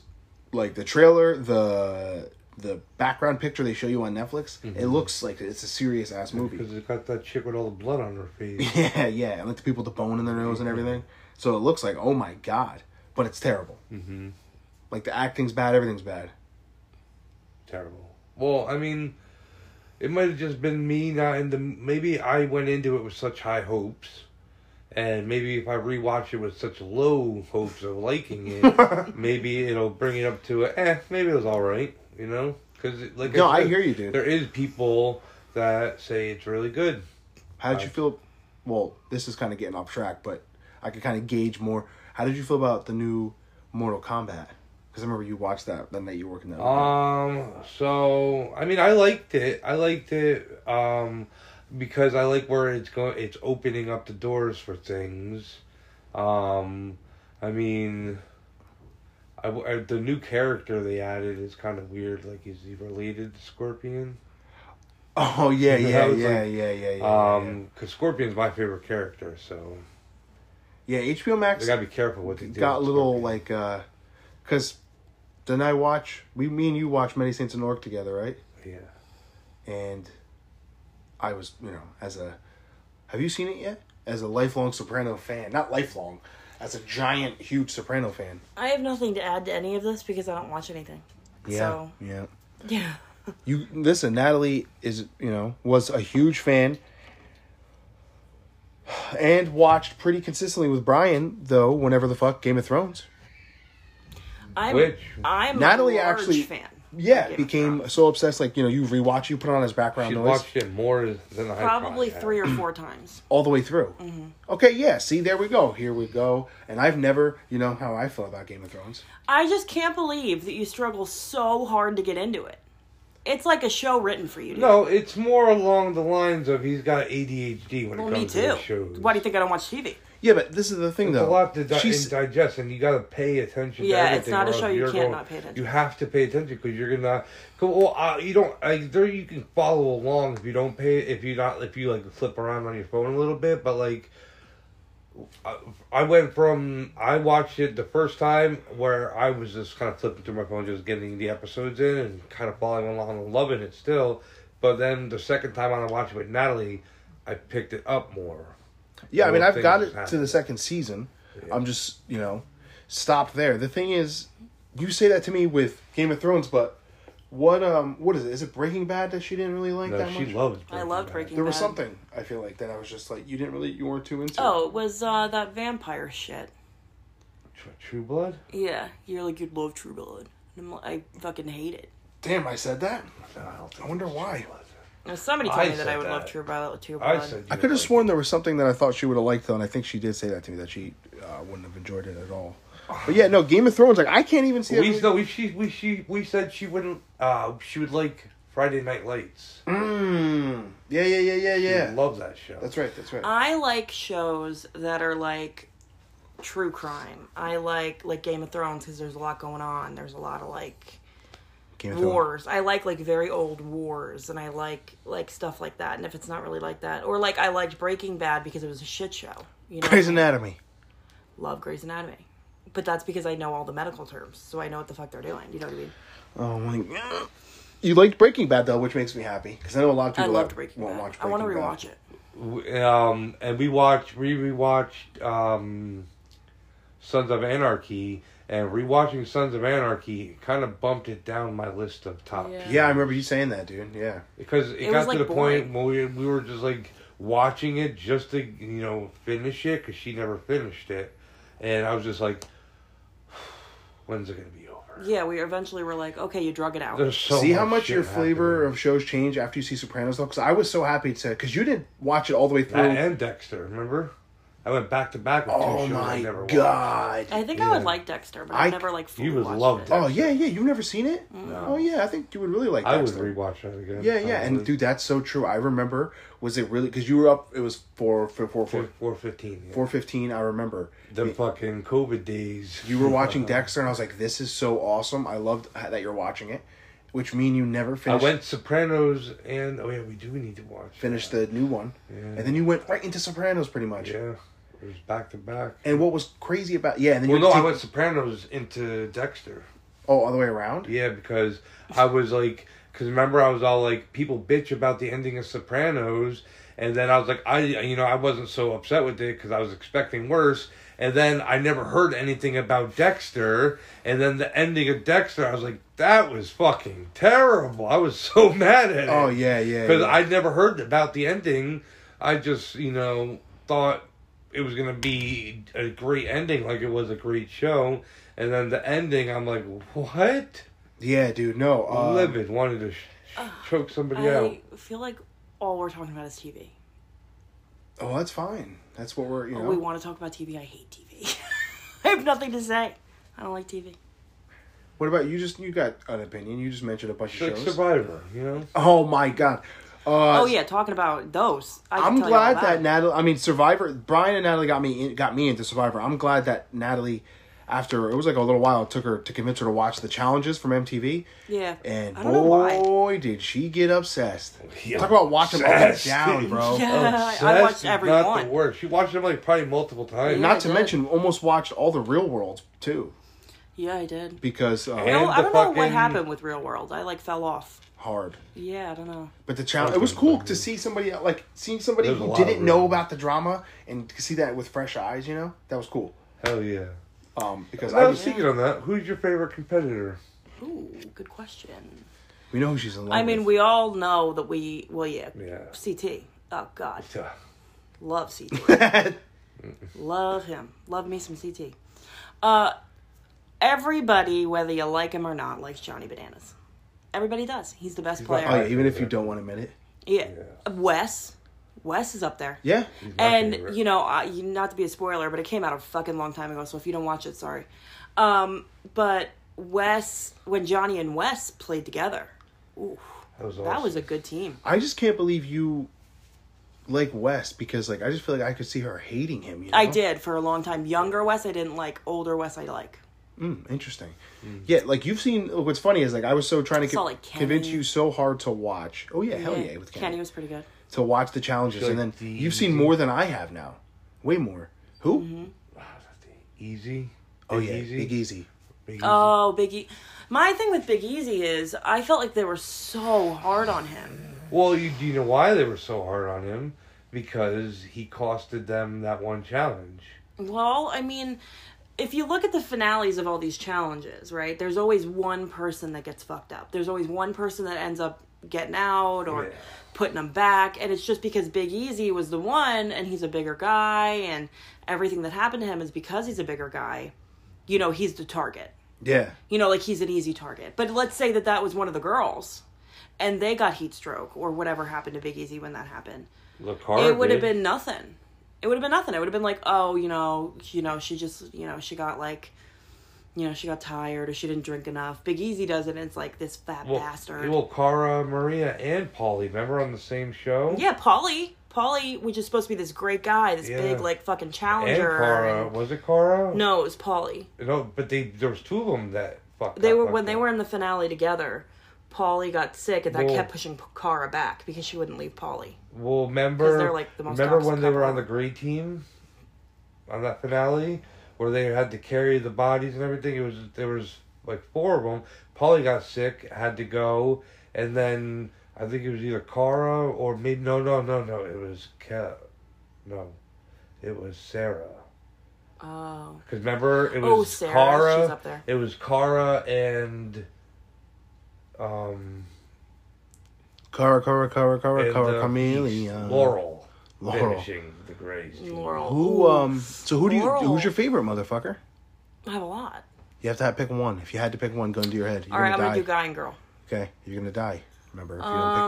A: like the trailer, the the background picture they show you on Netflix, it looks like it's a serious ass movie.
B: Because it got that chick with all the blood on her face.
A: Yeah, yeah, and like the people with the bone in their nose and everything. So it looks like oh my god, but it's terrible. Mm-hmm. Like the acting's bad, everything's bad.
B: Terrible. Well, I mean, It might have just been me not in the. Maybe I went into it with such high hopes, and maybe if I rewatch it with such low hopes of liking it, maybe it'll bring it up to a, eh. Maybe it was all right, you know. Because like
A: No, I
B: said,
A: hear you, dude.
B: There is people that say it's really good.
A: How did you feel? Well, this is kind of getting off track, but I could kind of gauge more. How did you feel about the new Mortal Kombat? Because I remember you watched that that night you were working that.
B: Um. So I mean, I liked it. I liked it. Um, because I like where it's going. It's opening up the doors for things. Um, I mean, I, w- I- the new character they added is kind of weird. Like, is he related to Scorpion?
A: oh yeah,
B: That
A: yeah,
B: was
A: yeah,
B: like-
A: yeah, yeah, yeah, yeah,
B: Um, because Scorpion's my favorite character, so
A: yeah. Yeah, HBO
B: they
A: Max
B: gotta be careful what they do.
A: got a
B: with
A: little
B: Scorpion.
A: like, uh, cause then I watch we, me and you watch Many Saints and Orc together, right?
B: yeah.
A: and I was, you know, as a have you seen it yet? As a lifelong Soprano fan, not lifelong, as a giant, huge Soprano fan.
C: I have nothing to add to any of this because I don't watch anything. So,
A: yeah.
C: yeah.
A: You listen, Natalie is, you know, was a huge fan, and watched pretty consistently with Brian though. Whenever the fuck Game of Thrones,
C: I'm,
B: Which-
C: I'm
A: Natalie
C: a large
A: actually-
C: fan.
A: yeah,
C: Game of
A: became
C: Thrones.
A: so obsessed. Like you know, you rewatch, you put it on as background
B: She
A: noise
B: watched it more than I
C: probably
B: have.
C: three or four times.
A: all the way through. Okay, yeah. See, there we go. Here we go. And I've never, you know, how I feel about Game of Thrones.
C: I just can't believe that you struggle so hard to get into it. It's like a show written for you. Dude.
B: No, it's more along the lines of he's got ADHD when
C: well,
B: it
C: me
B: comes to
C: too.
B: his shows.
C: Why do you think I don't watch TV?
A: Yeah, but this is the thing,
B: It's
A: though.
B: a lot to di-
A: She's-
B: and digest, and you got to pay attention. to
C: Yeah, it's
B: everything
C: not a
B: or
C: show
B: else
C: you
B: you're
C: can't
B: going-
C: not pay attention.
B: You have to pay attention because you're gonna. 'cause, Well, uh, you don't. Like, there, you can follow along if you don't pay. If you not, if you like flip around on your phone a little bit, but like. I- I went from I watched it the first time where I was just kind of flipping through my phone, just getting the episodes in and kind of following along and loving it still. But then the second time I watched it with Natalie, I picked it up more.
A: yeah, I mean,
B: Well,
A: I've got
B: things
A: it to
B: happen.
A: the second season. I'm just, you know, stopped there. The thing is, you say that to me with Game of Thrones, but what, um, what is it? Is it Breaking Bad that she didn't really like
B: No,
A: that
B: she
A: much?
B: loved.
C: I loved
B: Bad.
C: Breaking
A: there was
C: Bad.
A: something I feel like that I was just like you didn't really, you weren't too into.
C: Oh, it was uh, that vampire shit.
B: Tr- True Blood?
C: Yeah, you're like you'd love True Blood. And I'm like, I fucking hate it.
A: damn, I said that.
B: No, I don't think
A: I wonder
B: it's
A: why.
B: True Blood.
C: Now, somebody told
B: I
C: me that
B: said
C: I would
B: that.
C: love True Blood. True
B: I
C: Blood.
B: said
A: I could have sworn there was something that I thought she would have liked though, and I think she did say that to me that she uh, wouldn't have enjoyed it at all. But yeah, no, Game of Thrones, like I can't even see. that
B: we
A: movie-
B: no, we she we she we said she wouldn't. Uh, she would like Friday Night Lights.
A: Mm. Yeah, yeah, yeah, yeah,
B: She
A: yeah.
B: would love that show.
A: That's right. That's right.
C: I like shows that are like true crime. I like like Game of Thrones because there's a lot going on. There's a lot of like
A: Game
C: wars. I like like very old wars, and I like like stuff like that. And if it's not really like that, or like I liked Breaking Bad because it was a shit show. You know,
A: Grey's Anatomy.
C: love Grey's Anatomy, but that's because I know all the medical terms, so I know what the fuck they're doing. You know what I mean?
A: Oh my. You liked Breaking Bad though, which makes me happy because I know a lot of
C: I
A: people
C: loved
A: that
C: Breaking
A: won't
C: Bad.
A: watch
C: I
A: Breaking
C: want to rewatch
A: Bad.
C: it.
B: W- Um, and we watched we rewatched um, Sons of Anarchy, and rewatching Sons of Anarchy kind of bumped it down my list of top.
C: Yeah.
A: Yeah, I remember you saying that, dude. Yeah.
B: because it,
C: It
B: got
C: was, like,
B: to the
C: boring.
B: point where we, we were just like watching it just to you know finish it because she never finished it, and I was just like, when's it gonna be over?
C: Yeah, we eventually were like, okay, you drug it out.
B: There's so
A: see how much
B: shit
A: your flavor
B: happening.
A: of shows change after you see Sopranos though, because I was so happy to because you didn't watch it all the way through.
B: that and Dexter. Remember, I went back to back with two
A: oh
B: shows I
A: my
B: never watched.
A: god.
C: I think I
B: Yeah.
C: would like Dexter, but I,
A: I-
C: never like fully
B: You would
C: watched
B: love
C: it.
B: Dexter.
A: Oh yeah, yeah. You've never seen it?
C: Mm.
B: No.
A: Oh yeah, I think you would really like.
B: I would
A: Dexter.
B: rewatch that again.
A: Yeah, yeah, and dude, that's so true. I remember. Was it really? Because you were up. It was four, four, four, four,
B: four fifteen. Yeah.
A: four fifteen. I remember.
B: The fucking COVID days.
A: you were watching Dexter, and I was like, "This is so awesome! I loved that you're watching it," which mean you never
B: I
A: finished
B: went Sopranos and oh yeah, we do need to watch.
A: finished
B: that.
A: the new one, and then you went right into Sopranos pretty much.
B: yeah. It was back to back.
A: And what was crazy about yeah, and then
B: Well,
A: you
B: no, I
A: took-
B: went Sopranos into Dexter.
A: oh all the way around.
B: Yeah, because I was like, because remember I was all like, people bitch about the ending of Sopranos, and then I was like, I, you know, I wasn't so upset with it because I was expecting worse, And then I never heard anything about Dexter. And then the ending of Dexter, I was like, that was fucking terrible. I was so mad at it.
A: Oh yeah, yeah.
B: Because
A: yeah.
B: I never heard about the ending. I just, you know, thought it was going to be a great ending, like it was a great show. And then the ending, I'm like, what?
A: yeah, dude. No, um,
B: Livid. Wanted to sh- sh- choke somebody out.
C: Uh, I feel like all we're talking about is TV.
A: Oh, that's fine. That's what we're you know.
C: Oh, We want to talk about TV. I hate TV. I have nothing to say. I don't like TV.
A: What about you? Just you got an opinion. You just mentioned a bunch
B: Like
A: of shows.
B: Survivor, you know?
A: Oh my god. Uh,
C: Oh yeah, talking about those. I can
A: I'm
C: tell you all
A: glad
C: about
A: that
C: it.
A: Natalie. I mean, Survivor. Brian and Natalie got me in, got me into Survivor. I'm glad that Natalie, after it was like a little while, it took her to convince her to watch the challenges from MTV.
C: Yeah.
A: And
C: I don't know why.
A: boy, did she get obsessed!
B: Yeah,
A: Talk about watching up and
B: obsessed.
A: down, bro.
C: Yeah. I- I
B: Obsessed
C: watched
B: is
C: every
B: not
C: one.
B: The worst. She watched them like probably multiple times.
A: Not to
C: did.
A: mention, almost watched all the Real World too,
C: Yeah, I did.
A: because uh,
B: And-
C: I don't, I
B: the
C: don't know what
B: fucking-
C: happened with Real World. I like fell off.
A: hard.
C: Yeah, I don't know.
A: But the challenge, it was cool to see somebody like seeing somebody
B: There's a
A: who
B: lot
A: didn't
B: of
A: know
B: room.
A: about the drama and to see that with fresh eyes. You know, that was cool.
B: Hell yeah.
A: Um, because
B: I
A: I
B: was
A: just,
B: thinking on that. Who's your favorite competitor?
C: Ooh, good question.
A: we know who she's in love.
C: I mean,
A: with.
C: we all know that we. Well, yeah.
B: Yeah.
C: CT. Oh God,
B: Duh.
C: love CT. love him. Love me some CT. Uh, everybody, whether you like him or not, likes Johnny Bananas. Everybody does. He's the best player.
A: oh yeah, even if you don't want to admit it.
C: Yeah. Wes. Wes is up there.
A: Yeah,
B: my
C: And
B: favorite.
C: you know, I, you- not to be a spoiler, but it came out a fucking long time ago. So if you don't watch it, sorry. Um, but Wes, when Johnny and Wes played together, ooh,
B: That was awesome.
C: that was a good team.
A: I just can't believe you like West because like I just feel like I could see her hating him. You know?
C: I did for a long time. Younger Wes, I didn't like. Older Wes, I like.
A: Mm, interesting. Yeah, like you've seen. look, What's funny is like I was so trying to
C: Saw,
A: con-
C: like, Kenny.
A: convince you so hard to watch. Oh yeah, hell yeah, with Kenny,
C: Kenny was pretty good.
A: to watch the challenges,
B: Like
A: and then
B: the-
A: you've seen more than I have now, way more. Who?
C: Mm-hmm.
B: Wow, that's easy.
A: Oh
B: Big
A: yeah,
B: Easy.
A: Big Easy.
B: Big Easy.
C: Oh, Big E. My thing with Big Easy is I felt like they were so hard on him.
B: well, you, you know why they were so hard on him? Because he costed them that one challenge.
C: Well, I mean, if you look at the finales of all these challenges, right? There's always one person that gets fucked up. There's always one person that ends up getting out or
B: Yeah.
C: putting them back, and it's just because Big Easy was the one, and he's a bigger guy, and everything that happened to him is because he's a bigger guy. You know, he's the target.
A: Yeah.
C: you know like he's an easy target but let's say that that was one of the girls and they got heat stroke or whatever happened to big easy when that happened
B: Look hard.
C: it would have been nothing it would have been nothing it would have been like oh you know you know she just you know she got like you know she got tired or she didn't drink enough big easy does it and it's like this fat
B: well,
C: bastard
B: Well, Cara, Maria, and Polly. Remember on the same show?
C: yeah polly polly which is supposed to be this great guy this
B: Yeah.
C: big like fucking
B: And
C: challenger
B: Cara.
C: and-
B: Was it Cara?
C: no it was polly
B: No, but they there was two of them that fucked.
C: They
B: up,
C: were
B: I
C: when they
B: think.
C: were in the finale together. Polly got sick, and that
B: Well-
C: kept pushing P- Kara back because she wouldn't leave Polly.
B: Well, remember,
C: 'Cause they're, like, the most
B: remember
C: toxic
B: when they were
C: couple.
B: on the gray team on that finale where they had to carry the bodies and everything. It was there was like four of them. Polly got sick, had to go, and then I think it was either Cara or maybe no, no, no, no. It was Ke- no, it was Sarah.
C: Oh,
B: Because remember, it was
C: Oh, Sarah,
B: Cara.
C: she's up there.
B: It was Cara and um
A: Cara, Cara, Cara, Cara,
B: and,
A: Cara,
B: uh,
A: Chameleon.
B: Laurel,
A: Laurel.
B: finishing the Grays. team.
C: Laurel.
A: Who?
C: Ooh,
A: Um. So who do you?
C: Laurel.
A: Who's your favorite motherfucker?
C: I have a lot.
A: You have to have, pick one. If you had to pick one, gun to your head. You're
C: All right, I'm
A: gonna
C: gonna do
A: die.
C: guy and girl.
A: Okay, you're gonna die. Remember, if you don't pick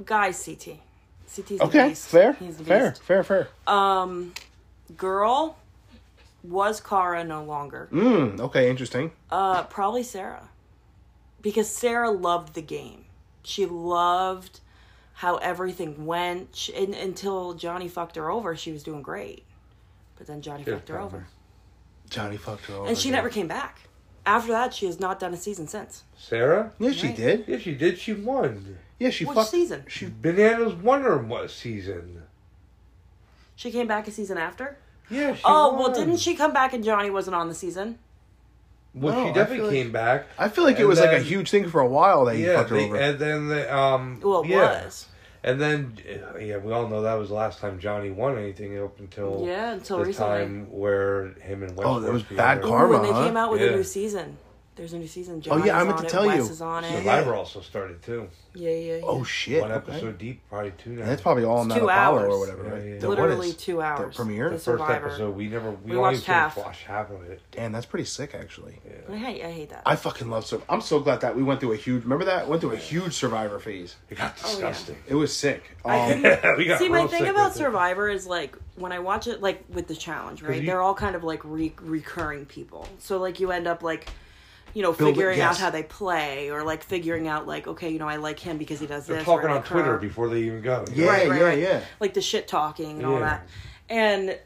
C: Um, guys, CT. CT's
A: it.
C: the
A: Okay,
C: beast.
A: fair,
C: He's the
A: fair,
C: beast.
A: fair, fair.
C: Um, girl was Kara no longer.
A: Mm, okay, interesting.
C: Uh, probably Sarah, because Sarah loved the game. She loved how everything went. She, and, until Johnny fucked her over, she was doing great. But then Johnny
B: Yeah,
C: fucked her over,
A: Johnny fucked her over.
C: and she never came back. After that, she has not done a season since.
B: Sarah?
A: Yeah, she
C: Right.
A: did.
B: Yeah, she did. She won.
A: Yeah, she
C: Which
A: fucked.
C: season?
A: She
B: Bananas won her what season?
C: She came back a season after.
B: Yeah, she
C: Oh
B: won.
C: well, didn't she come back and Johnny wasn't on the season?
B: Well,
A: No, Oh, I
B: she definitely
A: feel like-
B: came back.
A: I feel like it
B: And
A: was like a
B: then-
A: huge thing for a while that he
B: Yeah,
A: fucked her
B: they,
A: over.
B: and then they, um,
C: Well, it
B: yeah.
C: was.
B: And then, yeah, we all know that was the last time Johnny won anything up until
C: Yeah, until
B: the
C: recently.
B: time where him and West
A: Oh, that
B: worked
A: was bad
B: together.
A: car- Karma,
C: Ooh, and they
A: huh?
C: came out with
B: Yeah.
C: a new season. There's a new season.
A: Oh,
C: John
A: yeah, I
C: is
A: meant
C: on
A: to
C: it,
A: tell
C: Wes
A: you.
C: is on it.
B: Survivor also started too.
C: Yeah, yeah, yeah.
A: Oh shit!
B: One
A: okay.
B: episode deep, probably two now.
A: And that's probably all in
C: It's
A: that
C: two
A: hour
C: hours.
A: or whatever.
B: Yeah,
A: right?
B: yeah.
A: The- what
C: Literally
A: is-
C: two hours.
A: premiere? The
C: The
A: first
B: first
C: Survivor.
B: episode. We never we,
C: We
B: only
C: watched
B: sort of
C: half.
B: watched half of it.
A: Damn, that's pretty sick, actually.
C: I hate, I hate that.
A: I fucking love Survivor. I'm so glad that we went through a huge. Remember that went through a huge Survivor phase.
B: It got disgusting.
A: It was sick. Um,
C: I couldn't-
B: we got
C: Oh, See, my
B: real
C: thing
B: sick
C: about
B: with it.
C: Survivor is like when I watch it, like with the challenge, right?
B: you-
C: They're all kind of like re- recurring people, so like you end up like, you know,
A: Build it-
C: figuring
A: yes.
C: out how they play, or like figuring out like, okay, you know, I like him because he does
B: They're
C: this. or I
B: talking on
C: like
B: Twitter
C: her.
B: before they even go.
A: Yeah,
C: Right, right,
A: yeah,
C: right.
A: yeah.
C: like the shit talking and all
B: Yeah.
C: that. And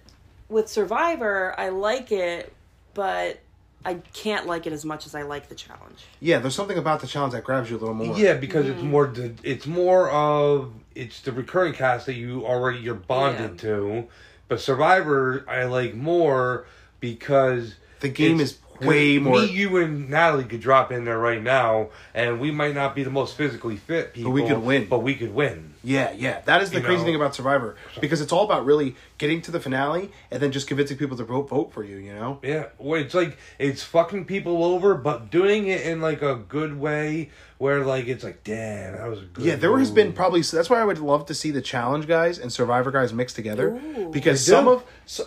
C: with Survivor, I like it, but I can't like it as much as I like the challenge.
A: Yeah, there's something about the challenge that grabs you a little more.
B: Yeah, because it's
C: Mm.
B: more the- it's more of it's the recurring cast that you already you're bonded
C: Yeah.
B: to, but Survivor I like more because
A: The game
B: it's-
A: is way more-
B: Me, you, and Natalie could drop in there right now, and we might not be the most physically fit people,
A: we could win.
B: But we could win.
A: Yeah, yeah. That is the
B: You
A: crazy
B: know.
A: thing about Survivor because it's all about really getting to the finale and then just convincing people to vote vote for you. You know.
B: Yeah, where it's like it's fucking people over, but doing it in like a good way, where like it's like, damn, that was a good.
A: Yeah, there has been
B: move."
A: probably so that's why I would love to see the challenge guys and Survivor guys mixed together
C: Ooh.
A: because
B: They do.
A: some of so,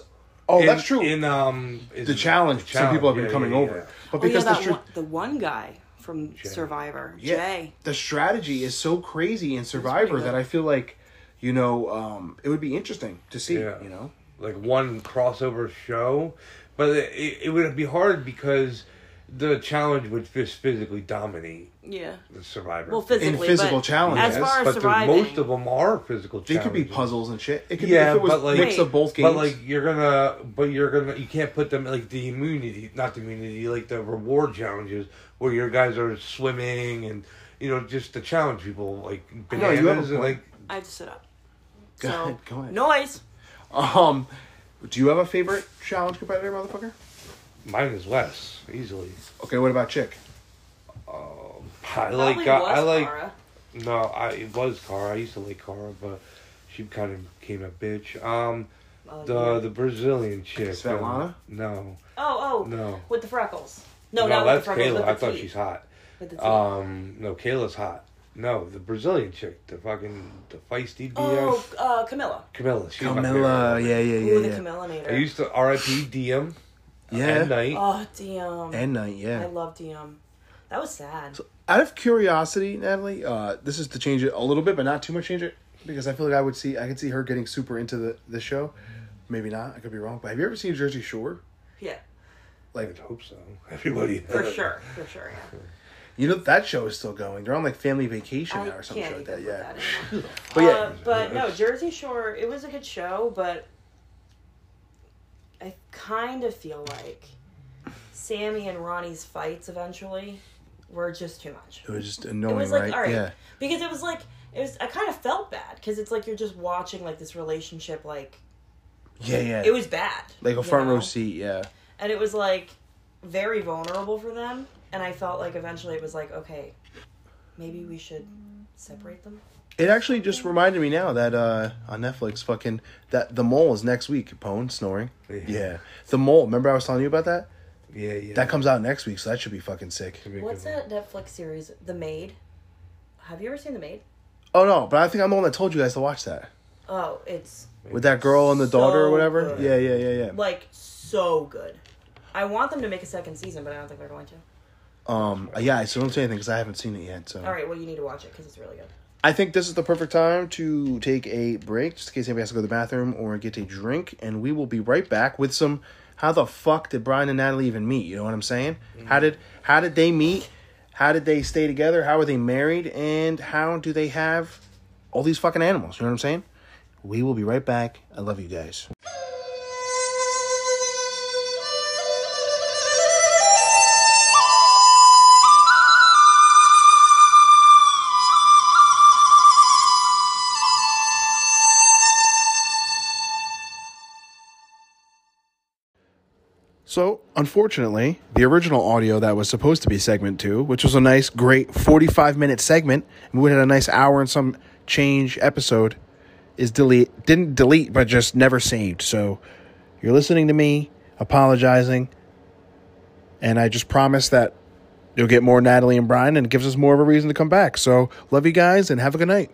A: oh
B: in,
A: that's true
B: In um, is
A: the, challenge, some people have been
B: yeah,
A: coming
B: yeah,
A: over
B: yeah.
A: but
C: Oh yeah,
A: because
C: that
A: the str-
C: one, the one guy from Survivor,
A: yeah,
C: Jay.
A: the strategy is so crazy in Survivor
C: good.
A: that I feel like you know um, it would be interesting to see
B: Yeah.
A: you know
B: like one crossover show, but it, it would be hard because the challenge would just physically dominate
C: Yeah.
B: the survivor.
C: Well, physically,
A: physical
C: but
A: challenges,
C: As far as
B: but the-
C: surviving,
B: most of them are physical.
A: they could be
B: challenges.
A: puzzles and shit it could
B: Yeah,
A: be if it was
B: but like-
A: mix of both games
B: But like you're gonna, but you're gonna, you can't put them like the immunity, not the immunity, like the reward challenges where your guys are swimming and you know just to challenge people like
A: you have a
B: bananas and
A: point.
B: like
C: I have to sit up.
A: Go
C: so
A: ahead, go ahead.
C: noise.
A: um do you have a favorite challenge competitor motherfucker
B: mine is less easily.
A: okay what about chick
B: I like,
C: Probably
B: uh,
C: was
B: I like.
C: Tara.
B: No, I it was Cara. I used to like Cara, but she kind of became a bitch. Um,
C: Oh,
B: the
C: yeah.
B: the Brazilian chick. um,
A: Svetlana?
B: no,
C: Oh, oh,
B: No.
C: with the freckles. No,
B: no,
C: not
B: that's
C: with the freckles.
B: Kayla.
C: With
B: I
C: the
B: thought
C: teeth.
B: she's hot.
C: With the teeth.
B: Um, no, Kayla's hot. No, the Brazilian chick, the fucking the feisty BF.
C: oh, uh, Camilla.
B: Camilla. She's my
A: Camilla
B: favorite.
A: yeah yeah yeah
C: Ooh, the
A: yeah
C: Camillinator.
B: I used to RIP DM
A: yeah
B: at night.
C: Oh, damn.
A: and night yeah
C: I love DM. That was sad.
A: out of curiosity, Natalie, uh, this is to change it a little bit, but not too much change it because I feel like I would see I could see her getting super into the the show. Maybe not. I could be wrong. But have you ever seen Jersey Shore?
C: Yeah,
A: Like
B: I'd hope so. Everybody.
C: for sure, for sure. Yeah.
A: you know that show is still going. They're on like family vacation
C: I
A: now or something
C: can't
A: like
C: even
A: that.
C: look
A: Yeah.
C: at it anymore.
A: But yeah,
C: uh, but no, Jersey Shore. It was a good show, but I kind of feel like Sammy and Ronnie's fights eventually were just too much.
A: it was just
C: It
A: annoying,
C: was like,
A: right?
C: all right,
A: Yeah.
C: because it was like it was. I kind of felt bad because it's like you're just watching like this relationship. Like
A: Yeah, yeah.
C: it was bad,
A: like a
C: you
A: front row
C: know?
A: seat. Yeah.
C: and it was like very vulnerable for them. And I felt like eventually it was like, okay, maybe we should separate them.
A: It actually just reminded me now that uh, on Netflix, fucking that the mole is next week. Capone snoring.
B: Yeah.
A: yeah. The mole. Remember I was telling you about that?
B: Yeah, yeah.
A: That comes out next week, so that should be fucking sick.
B: Should be a
C: What's
B: good one.
C: that Netflix series, The Maid? Have you ever seen The Maid?
A: Oh no, but I think I'm the one that told you guys to watch that.
C: Oh, it's
A: with that girl and the daughter or
C: So
A: whatever.
C: good.
A: Yeah, yeah, yeah, yeah.
C: like so good. I want them to make a second season, but I don't think they're going to.
A: Um, yeah. I still don't say anything because I haven't seen it yet. So
C: All right, well, you need to watch it because it's really good.
A: I think this is the perfect time to take a break, just in case anybody has to go to the bathroom or get a drink, and we will be right back with some. How the fuck did Brian and Natalie even meet? You know what I'm saying? How did how did they meet? How did they stay together? How were they married? And how do they have all these fucking animals? You know what I'm saying? We will be right back. I love you guys. So, unfortunately, the original audio that was supposed to be segment two, which was a nice, great 45 minute segment, and we had a nice hour and some change episode is delete didn't delete but just never saved. So you're listening to me apologizing, and I just promise that you'll get more Natalie and Brian, and it gives us more of a reason to come back. So love you guys and have a good night.